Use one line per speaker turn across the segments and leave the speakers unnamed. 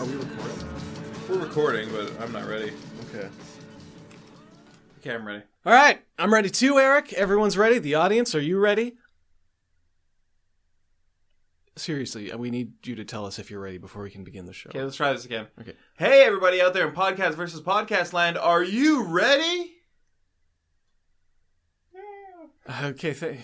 Are we recording?
We're recording, but I'm not ready.
Okay.
Okay, I'm ready.
All right, I'm ready too, Eric. Everyone's ready. The audience, are you ready? Seriously, uh, we need you to tell us if you're ready before we can begin the show.
Okay, let's try this again.
Okay.
Hey, everybody out there in podcast versus podcast land, are you ready?
Okay, th-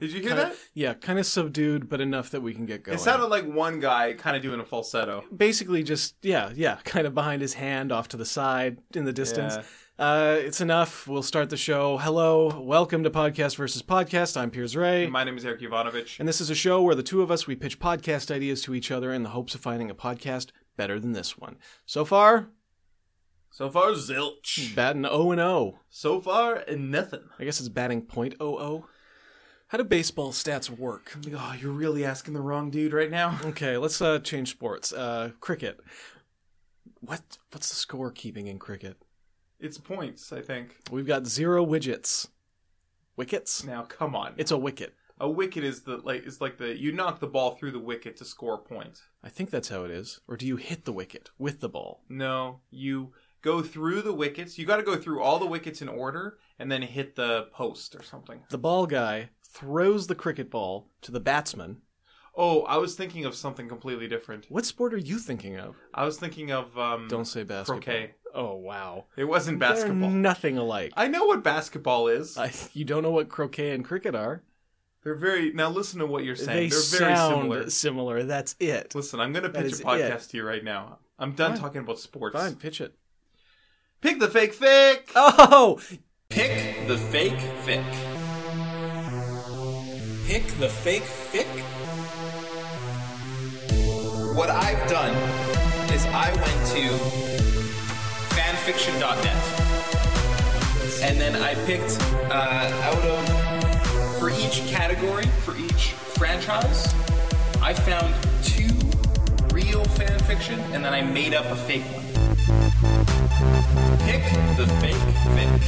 Did you hear
kinda,
that?
yeah, kind of subdued, but enough that we can get going.
It sounded like one guy kind of doing a falsetto.
basically just yeah, yeah, kind of behind his hand, off to the side, in the distance.
Yeah.
Uh, it's enough. We'll start the show. Hello, welcome to Podcast versus Podcast. I'm Piers Ray.
My name is Eric Ivanovich.
And this is a show where the two of us we pitch podcast ideas to each other in the hopes of finding a podcast better than this one. So far,
So far, zilch.
batting 0 and 0.
So far, nothing.
I guess it's batting .00. How do baseball stats work?
Oh, you're really asking the wrong dude right now.
Okay, let's uh, change sports. Uh, cricket. What what's the score keeping in cricket?
It's points, I think.
We've got zero widgets. Wickets?
Now, come on.
It's a wicket.
a wicket is the like is like the you knock the ball through the wicket to score a point.
I think that's how it is. Or do you hit the wicket with the ball?
No, you go through the wickets. You got to go through all the wickets in order and then hit the post or something.
The ball guy throws the cricket ball to the batsman.
Oh, I was thinking of something completely different.
What sport are you thinking of?
I was thinking of um
Don't say basketball.
croquet.
Oh wow.
It wasn't
They're
basketball.
nothing alike.
I know what basketball is.
I, you don't know what croquet and cricket are.
They're very Now listen to what you're
they
saying. They're very
sound
similar.
similar. That's it.
Listen, I'm going to pitch
is
a
it.
podcast to you right now. I'm done
Fine.
talking about sports.
Fine, pitch it.
Pick the fake fake.
Oh,
Pick the fake fic. Pick the fake fic. What I've done is I went to fanfiction.net and then I picked uh, out of for each category, for each franchise, I found two real fanfiction and then I made up a fake one. Pick the fake fic.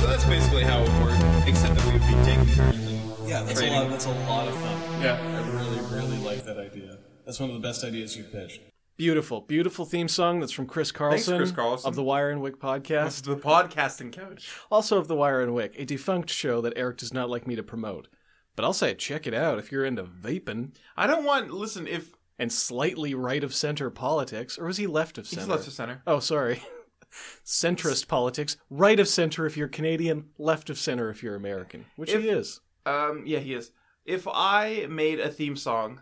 So that's basically how it worked, except that we would be taking turns. and-
Yeah, that's
Rating.
a lot. That's a lot of fun.
Yeah.
I really, really like that idea. That's one of the best ideas you've pitched.
beautiful, beautiful theme song. That's from Chris Carlson,
Chris Carlson.
of the Wire and Wick podcast,
The podcasting couch.
also of the Wire and Wick, a defunct show that Eric does not like me to promote. But I'll say, check it out if you're into vaping
I don't want. Listen, if
and slightly right of center politics, or was he left of center?
he's left of center,
Oh, sorry. Centrist politics, right of center if you're Canadian, left of center if you're American, which
If-
he is.
um, yeah, he is. If I made a theme song,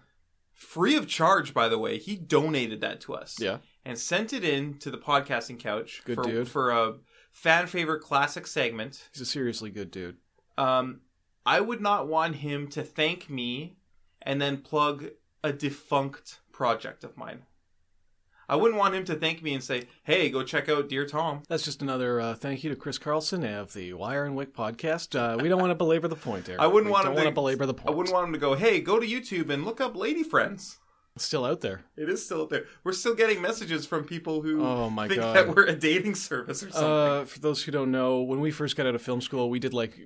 free of charge, by the way, he donated that to us.
Yeah.
and sent it in to the podcasting couch.
Good
for,
dude.
for a fan favorite classic segment.
He's a seriously good dude.
Um, I would not want him to thank me and then plug a defunct project of mine. I wouldn't want him to thank me and say, "Hey, go check out Dear Tom."
That's just another uh, thank you to Chris Carlson of the Wire and Wick podcast. Uh, we don't want to belabor the point, Eric.
I wouldn't
We
want
don't
him
want
to
to belabor the point.
I wouldn't want him to go, "Hey, go to YouTube and look up Lady Friends."
It's still out there.
It is still up there. We're still getting messages from people who
Oh my
think
God.
that we're a dating service or something.
Uh, for those who don't know, when we first got out of film school, we did like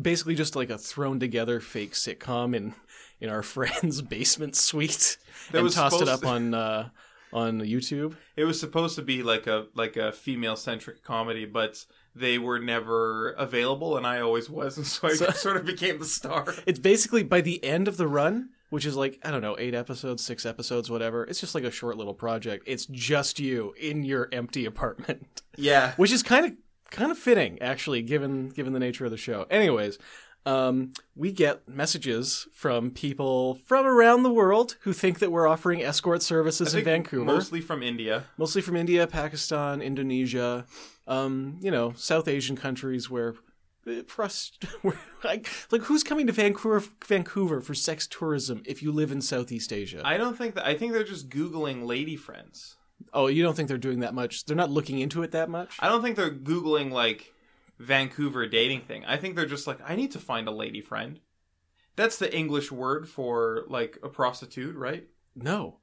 basically just like a thrown together fake sitcom in in our friend's basement suite
That
and
was
tossed it
supposed
up
to-
on uh, on YouTube.
it was supposed to be like a like a female centric comedy, but they were never available, and I always was, and so I sort of became the star.
It's basically by the end of the run, which is like, I don't know, eight episodes, six episodes, whatever. It's just like a short little project. It's just you in your empty apartment,
Yeah,
which is kind of kind of fitting actually given given the nature of the show. Anyways, um, we get messages from people from around the world who think that we're offering escort services in Vancouver,
mostly from India.
mostly from India, Pakistan, Indonesia, um, you know, South Asian countries where uh, for us, where, like, like who's coming to Vancouver, Vancouver for sex tourism if you live in Southeast Asia?
I don't think that. I think they're just googling lady friends.
oh, you don't think they're doing that much? They're not looking into it that much.
I don't think they're googling like Vancouver dating thing. I think they're just like, I need to find a lady friend. That's the English word for like a prostitute, right?
no,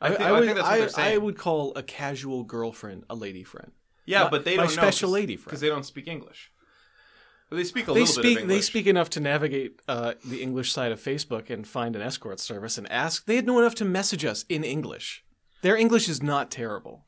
I think- I
would,
think that's what they're
I,
saying.
would call a casual girlfriend a lady friend.
Yeah,
My-
but they
my
don't know
special lady friend.
because they don't speak English. They speak a
They
little bit
speak.
of
They
English.
speak enough to navigate uh, the English side of Facebook and find an escort service and ask. They know enough to message us in English. Their English is not terrible.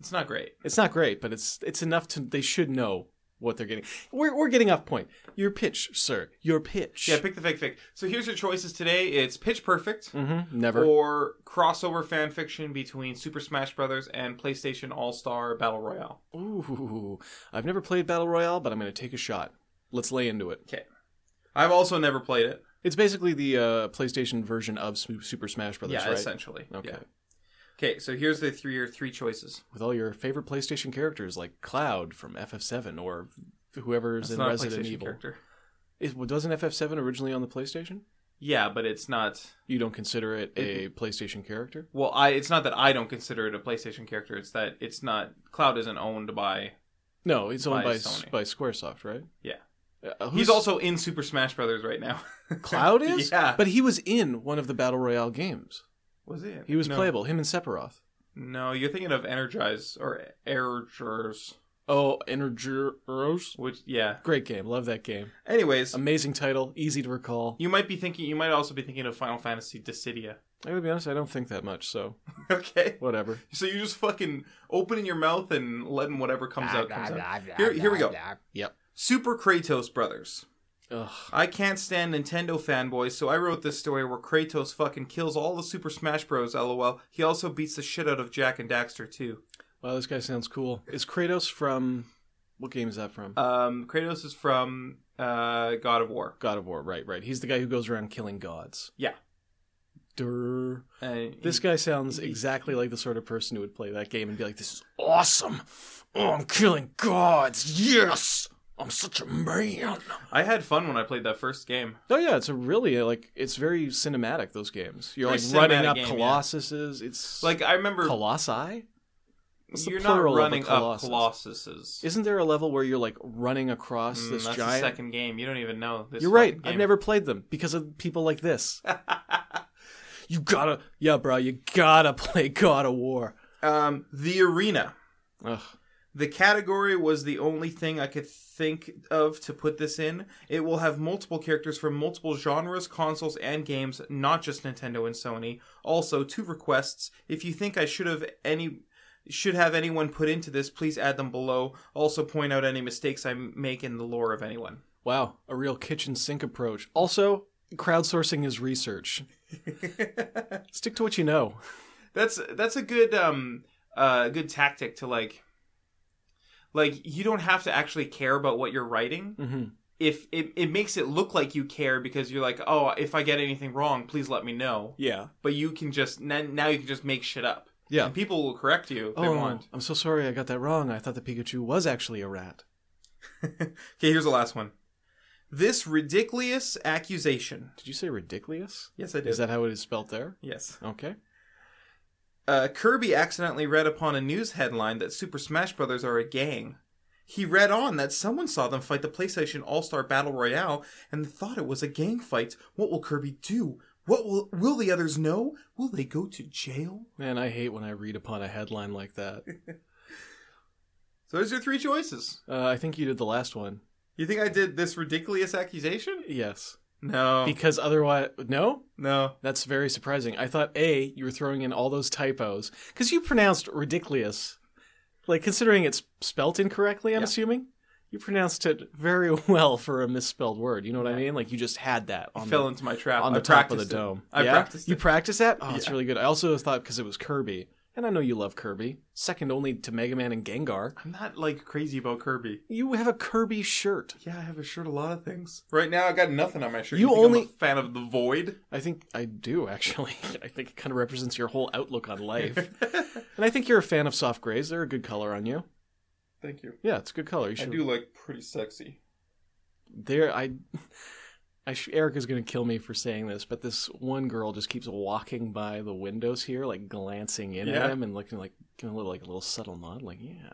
It's not great.
It's not great, but it's it's enough to. They should know what they're getting. We're we're getting off point. Your pitch, sir. Your pitch.
Yeah, pick the fake fake. So here's your choices today. It's Pitch Perfect
Mm-hmm. Never.
or crossover fan fiction between Super Smash Brothers and PlayStation All Star Battle Royale.
Ooh, I've never played Battle Royale, but I'm going to take a shot. Let's lay into it.
Okay. I've also never played it.
It's basically the uh, PlayStation version of Sm- Super Smash Brothers,
yeah,
right?
essentially.
Okay.
Yeah. Okay, so here's the three your three choices.
With all your favorite PlayStation characters like Cloud from FF7 or whoever's
It's
in
not a
Resident
PlayStation
Evil.
character.
It, well, doesn't FF7 originally on the PlayStation?
Yeah, but it's not
You don't consider it a PlayStation character?
well, I it's not that I don't consider it a PlayStation character, it's that it's not Cloud isn't owned by
No, it's owned
By
by s-
Sony.
by Squaresoft, right?
Yeah.
Uh,
He's
who's-
also in Super Smash Brothers right now.
Cloud is?
Yeah.
But he was in one of the Battle Royale games.
was it?
He was
no.
playable, him and Sephiroth.
No, you're thinking of Energize or Ergers,
Oh, Energeros?
which yeah.
Great game. Love that game.
Anyways,
Amazing title, easy to recall.
you might be thinking you might also be thinking of Final Fantasy Dissidia.
I gotta be honest, I don't think that much, so
okay.
whatever.
So you're just fucking opening your mouth and letting whatever comes
Ah,
out comes out. Here, here we go.
Yep.
Super Kratos Brothers.
Ugh.
I can't stand Nintendo fanboys, so I wrote this story where Kratos fucking kills all the Super Smash Bros. LOL. He also beats the shit out of Jack and Daxter too.
Wow, this guy sounds cool. Is Kratos from what game is that from?
Um, Kratos is from uh, God of War.
God of War, right, right. He's the guy who goes around killing gods.
Yeah.
Durr.
And
This guy sounds exactly like the sort of person who would play that game and be like, This is awesome. Oh, I'm killing gods. Yes. I'm such a man.
I had fun when I played that first game.
Oh yeah, it's a really like it's very cinematic those games. You're
Very
like running
cinematic
up
game, yeah.
colossuses. It's
Like I remember
er, colossi. What's the
you're not
plural of a
running up
colossus?
colossuses.
Isn't there a level where you're like running across
Mm,
this
that's
giant?
the second game. You don't even know. This
You're right.
fucking
I've
game.
never played them because of people like this. you gotta, yeah, bro. You gotta play God of War.
Um, the arena.
Ugh.
The category was the only thing I could think of to put this in. It will have multiple characters from multiple genres, consoles, and games, not just Nintendo and Sony. Also, two requests. If you think I should have any should have anyone put into this, please add them below. Also point out any mistakes I make in the lore of anyone.
Wow, a real kitchen sink approach. Also, crowdsourcing is research. Stick to what you know.
that's that's a good um uh good tactic to like like you don't have to actually care about what you're writing
Mhm.
if it, it makes it look like you care because you're like oh if i get anything wrong please let me know
Yeah.
but you can just now, now you can just make shit up
Yeah.
and people will correct you if they
Oh,
want
I'm so sorry. I got that wrong. I thought the Pikachu was actually a rat.
okay here's the last one this ridiculous accusation
Did you say ridiculous?
yes i did
Is that how it is spelt there?
yes
Okay.
Uh, Kirby accidentally read upon a news headline that Super Smash Brothers are a gang. He read on that someone saw them fight the PlayStation All Star Battle Royale and thought it was a gang fight. What will Kirby do? What will will the others know? Will they go to jail?
Man, I hate when I read upon a headline like that.
So those are three choices.
Uh, I think you did the last one.
You think I did this ridiculous accusation?
Yes.
No,
Because otherwise, no?
no.
That's very surprising. I thought A, you were throwing in all those typos because you pronounced ridiculous. Like considering it's spelt incorrectly, I'm
Yeah.
assuming you pronounced it very well for a misspelled word. You know what I mean? Like you just had that on
Fell
the,
into my trap.
on
I
the top of the
practiced it.
dome.
I
yeah?
practiced
You
it.
practice that? Oh, it's really good. I also thought because it was Kirby, and I know you love Kirby, second only to Mega Man and Gengar.
I'm not like crazy about Kirby.
You have a Kirby shirt.
Yeah, I have a shirt. A lot of things. Right now, I got nothing on my shirt.
You
think I'm
only-
a fan of the void.
I think I do actually. I think it kind of represents your whole outlook on life. and I think you're a fan of soft grays. They're a good color on you.
Thank you.
Yeah, it's a good color. You
I
should.
do look pretty sexy.
There, I. I sh- Erica's gonna kill me for saying this, but this one girl just keeps walking by the windows here, like glancing in
Yeah.
at him and looking like giving a little like a little subtle nod, like yeah,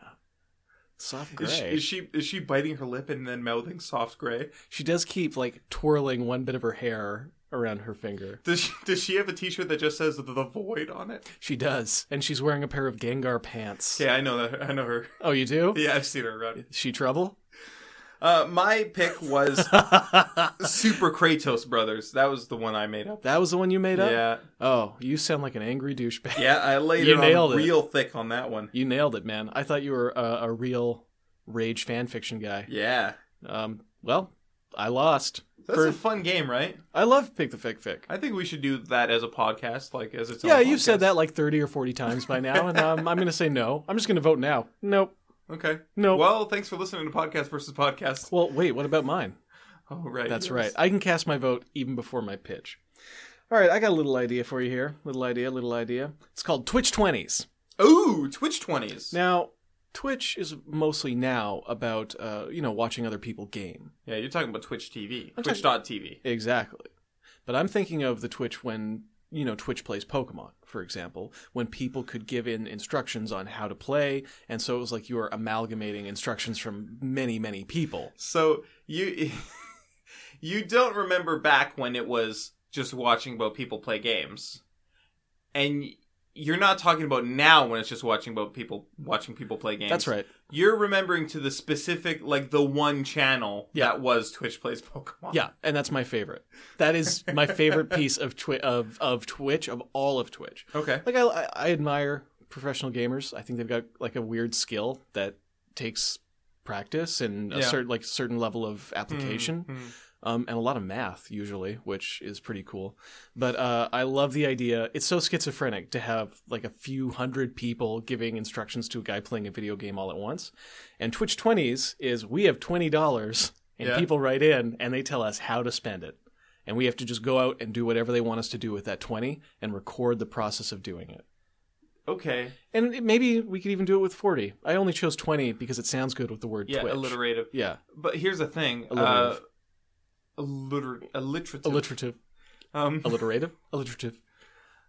soft gray.
Is she,
She,
is she is she biting her lip and then mouthing soft gray?
does keep like twirling one bit of her hair around her finger.
Does she, does she have a T-shirt that just says the void on it?
She does, and she's wearing a pair of Gengar pants.
Yeah, I know that. I know her.
Oh, you do?
Yeah, I've seen her around.
Is she trouble?
Uh, my pick was Super Kratos Brothers. That was the one I made up.
That was the one you made up.
Yeah,
Oh, you sound like an angry douchebag.
yeah, I laid
You
it
nailed
on
it.
real thick on that one.
You nailed it, man. I thought you were a, a real rage fan fiction guy.
Yeah,
Um, well, I lost.
that's
For-
a fun game, right?
I love Pick the Fic Fic.
I think we should do that as a podcast, like as its own.
Yeah, you've
podcast.
said that like 30 or 40 times by now, and um, I'm going to say no. I'm just going to vote now. Nope.
Okay.
Nope. Well,
Well, thanks for listening to Podcast versus Podcast.
wait, what about mine?
Oh, right.
That's
yes.
right. I can cast my vote even before my pitch. All right, I got a little idea for you here. Little idea, little idea. It's called Twitch 20s.
Ooh, Twitch twenties.
Now, Twitch is mostly now about, uh, you know, watching other people game.
Yeah, you're talking about Twitch TV.
I'm
Twitch
talking-
dot TV.
Exactly. But I'm thinking of the Twitch when, you know, Twitch plays Pokemon, for example, when people could give in instructions on how to play. And so it was like you were amalgamating instructions from many, many people.
So you you don't remember back when it was just watching about people play games, and you're not talking about now when it's just watching about people watching people play games.
That's right.
You're remembering to the specific, like the one channel
Yeah.
that was Twitch plays Pokemon.
Yeah, and that's my favorite. That is my favorite piece of twi- of of Twitch of all of Twitch.
Okay.
Like I, I I admire professional gamers. I think they've got like a weird skill that takes practice and a
Yeah.
certain like certain level of application.
Mhm.
um, and a lot of math usually, which is pretty cool. But uh, I love the idea. It's so schizophrenic to have like a few hundred people giving instructions to a guy playing a video game all at once. And Twitch twenties is we have twenty dollars, and
Yeah.
people write in and they tell us how to spend it, and we have to just go out and do whatever they want us to do with that twenty and record the process of doing it.
Okay.
And it- maybe we could even do it with forty. I only chose twenty because it sounds good with the word
Yeah,
Twitch.
alliterative.
Yeah,
But here's the thing. Uh,
Alliterative.
alliter- alliterative.
alliterative,
um,
alliterative, alliterative.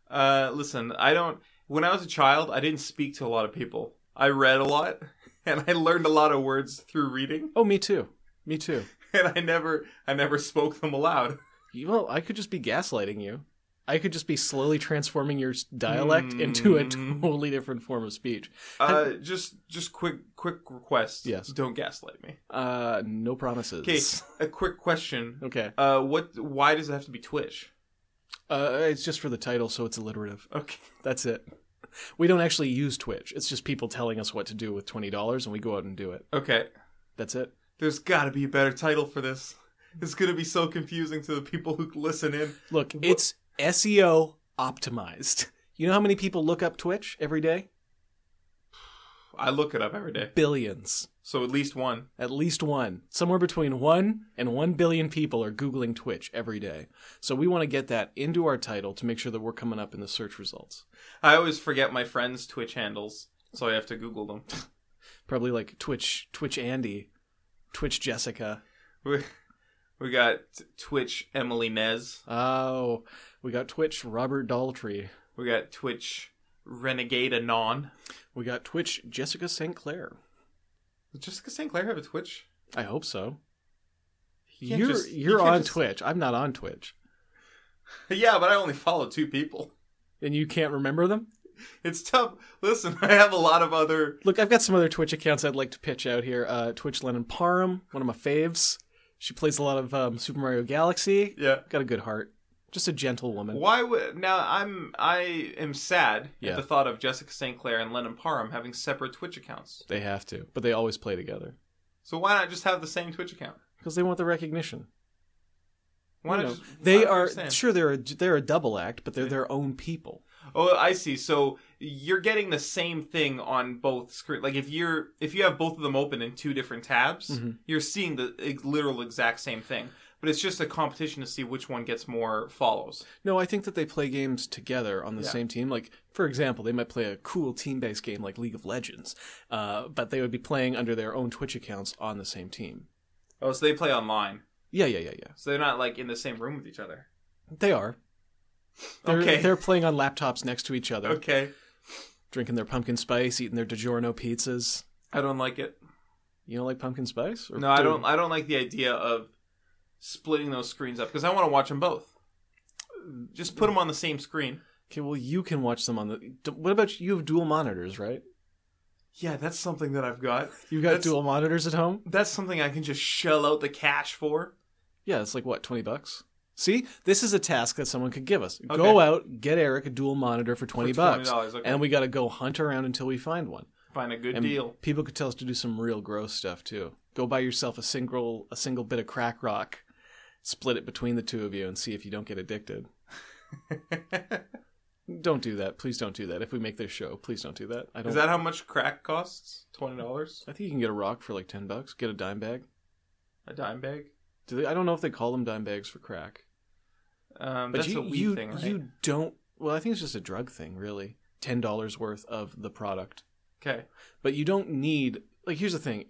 Uh, listen, I don't. When I was a child, I didn't speak to a lot of people. I read a lot, and I learned a lot of words through reading,
Oh, me too. Me too.
and I never, I never spoke them aloud.
You- Well, I could just be gaslighting you. I could just be slowly transforming your s- dialect into a
Mm.
totally different form of speech.
Uh, just, just quick, quick request.
Yes.
Don't gaslight me.
Uh, no promises.
Okay, a quick question.
Okay.
Uh, what? Why does it have to be Twitch?
Uh, it's just for the title, so it's alliterative.
Okay.
That's it. We don't actually use Twitch. It's just people telling us what to do with twenty dollars, and we go out and do it.
Okay.
That's it.
There's got to be a better title for this. It's gonna be so confusing to the people who listen in.
Look, it's SEO optimized. You know how many people look up Twitch every day?
I look it up every day,
Billions.
so at least one.
At least one. Somewhere between one and one billion people are Googling Twitch every day. So we want to get that into our title to make sure that we're coming up in the search results.
I always forget my friends' Twitch handles, so I have to Google them.
Probably like Twitch, Twitch Andy, Twitch Jessica.
We, we got Twitch Emily Nez.
Oh, we got Twitch Robert Daltrey.
We got Twitch Renegade Anon.
We got Twitch Jessica St. Claire.
Does Jessica St. Clair have a Twitch?
I hope so.
You can't
You're
just- you
you're
can't
on
just-
Twitch. I'm not on Twitch,
Yeah, but I only follow two people.
and you can't remember them.
It's tough. Listen, I have a lot of other.
Look, I've got some other Twitch accounts I'd like to pitch out here. Uh, Twitch Lennon Parham, one of my faves. She plays a lot of um, Super Mario Galaxy.
Yeah.
Got a good heart. Just a gentle woman.
Why would now? I'm I am sad
Yeah.
at the thought of Jessica St. Clair and Lennon Parham having separate Twitch accounts.
They have to, but they always play together
So why not just have the same Twitch account?
because they want the recognition.
Why
You
not?
know,
just- I
they
don't
are
understand.
sure they're a, they're a double act, but they're their own people.
Oh, I see. So you're getting the same thing on both screen. Like if you're if you have both of them open in two different tabs,
Mm-hmm.
you're seeing the ex- literal exact same thing. But it's just a competition to see which one gets more follows.
No, I think that they play games together on the
Yeah.
same team. Like, for example, they might play a cool team-based game like League of Legends, uh, but they would be playing under their own Twitch accounts on the same team.
Oh, so they play online.
Yeah, yeah, yeah, yeah.
So they're not like in the same room with each other.
They are. They're,
Okay.
They're playing on laptops next to each other,
Okay,
drinking their pumpkin spice, eating their DiGiorno pizzas.
I don't like it.
You don't like pumpkin spice? Or
No, I
do-
don't. I don't like the idea of splitting those screens up because I want to watch them both. Just put them on the same screen.
Okay, well, you can watch them on the. d- What about you have dual monitors, right?
Yeah, that's something that I've got.
You've got
that's,
dual monitors at home?
That's something I can just shell out the cash for.
Yeah, it's like what, 20 bucks? See, this is a task that someone could give us. Go
Okay.
out, get Eric a dual monitor for 20 bucks.
$20, okay.
And we got to go hunt around until we find one.
Find a good
And
deal.
People could tell us to do some real gross stuff too. Go buy yourself a single a single bit of crack rock, split it between the two of you and see if you don't get addicted. don't do that. Please don't do that. If we make this show, please don't do that. I don't
Is that how much crack costs? Twenty dollars?
I think you can get a rock for like 10 bucks. Get a dime bag.
A dime bag?
Do they, I don't know if they call them dime bags for crack.
Um,
But
that's
you,
a weed
you,
thing, right?
you don't. Well, I think it's just a drug thing, really. Ten dollars worth of the product,
Okay.
but you don't need. Like, here's the thing: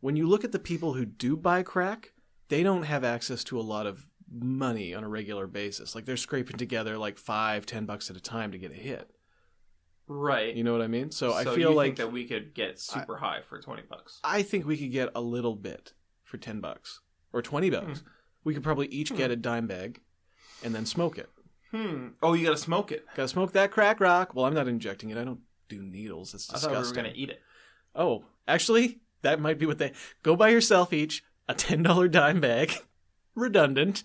when you look at the people who do buy crack, they don't have access to a lot of money on a regular basis. Like, they're scraping together like five, ten bucks at a time to get a hit.
Right.
You know what I mean? So, I
So
feel
you
like
think that we could get super high for twenty bucks.
I think we could get a little bit for ten bucks or twenty bucks.
Hmm.
We could probably each get a dime bag, and then smoke it.
Hmm. Oh, you gotta smoke it.
Gotta smoke that crack rock. Well, I'm not injecting it. I don't do needles. That's
I thought
disgusting.
we were gonna eat it.
Oh, actually, that might be what they go buy yourself each a ten dollar dime bag. Redundant.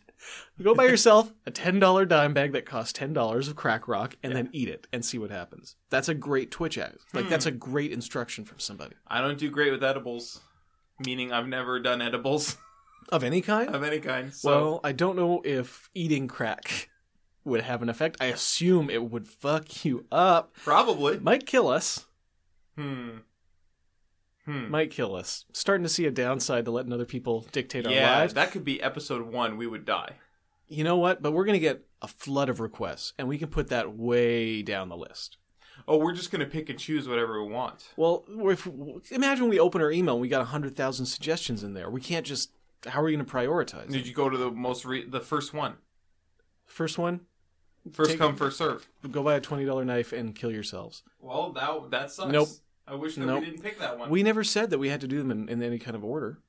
Go buy yourself a ten dollar dime bag that costs ten dollars of crack rock, and then eat it and see what happens. That's a great Twitch ad. Like that's
Hmm.
a great instruction from somebody
I don't do great with edibles, meaning I've never done edibles
of any kind.
of any kind. Uh, So
well, I don't know if eating crack would have an effect. I assume it would fuck you up.
probably.
Might kill us.
Hmm. Hmm.
Might kill us. Starting to see a downside to letting other people dictate our
Yeah,
lives.
that could be episode one. We would die.
you know what? But we're going to get a flood of requests, and we can put that way down the list.
Oh, we're just gonna pick and choose whatever we want.
Well, if, imagine we open our email and we got 100,000 suggestions in there. We can't just. How are we going to prioritize?
Did you go to the most re- the first one?
First one,
First
Take-
come, first serve.
go buy a $20 knife and kill yourselves.
Well, that that sucks.
Nope.
I wish that
Nope.
we didn't pick that one.
We never said that we had to do them in, in any kind of order.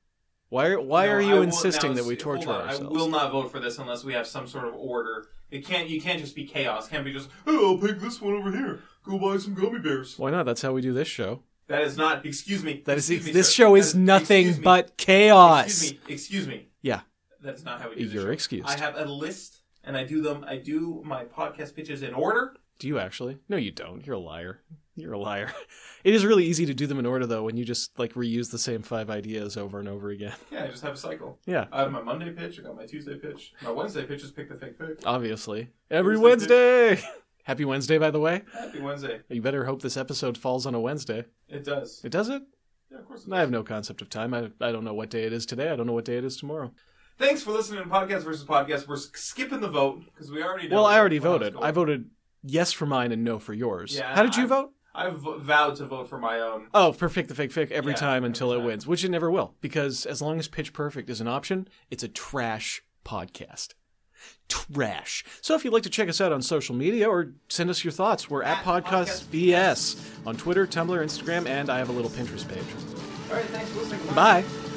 Why, are- why
No,
are
I
you
will-
insisting
now,
that we
s- hold
torture
on,
ourselves?
I will not vote for this unless we have some sort of order. It can't. You can't just be chaos. It can't be just. Oh, I'll pick this one over here. Go buy some gummy bears.
Why not? That's how we do this show.
That is not. Excuse me.
That is,
excuse me,
this
sir.
show
That
is nothing
excuse me,
but chaos.
Excuse me. Excuse me.
Yeah.
That's not how we do this
You're
show.
excused.
I have a list, and I do them. I do my podcast pitches in order.
Do you actually? No, you don't. You're a liar. You're a liar. It is really easy to do them in order though when you just like reuse the same five ideas over and over again.
Yeah, I just have a cycle.
Yeah,
I have my Monday pitch. I got my Tuesday pitch. My Wednesday pitch is pick the fake pick.
obviously. Every
Wednesday.
Wednesday. Happy Wednesday by the way.
Happy Wednesday.
You better hope this episode falls on a Wednesday.
It does.
It does it?
Yeah, of course. It does.
I have no concept of time. I I don't know what day it is today. I don't know what day it is tomorrow.
Thanks for listening to Podcast versus Podcast. We're skipping the vote because we already. know
Well, I
what-
already
what
voted.
was
I
going-
voted yes for mine and no for yours.
Yeah,
How did you
I-
vote?
I v- vowed to vote for my own.
Oh, perfect the fake fic every
Yeah,
time until
every
it
time.
wins, which it never will, because as long as Pitch Perfect is an option, it's a trash podcast. Trash. So if you'd like to check us out on social media or send us your thoughts, we're at, Podcast VS on Twitter, Tumblr, Instagram, and I have a little Pinterest page.
All right, thanks for listening.
Bye.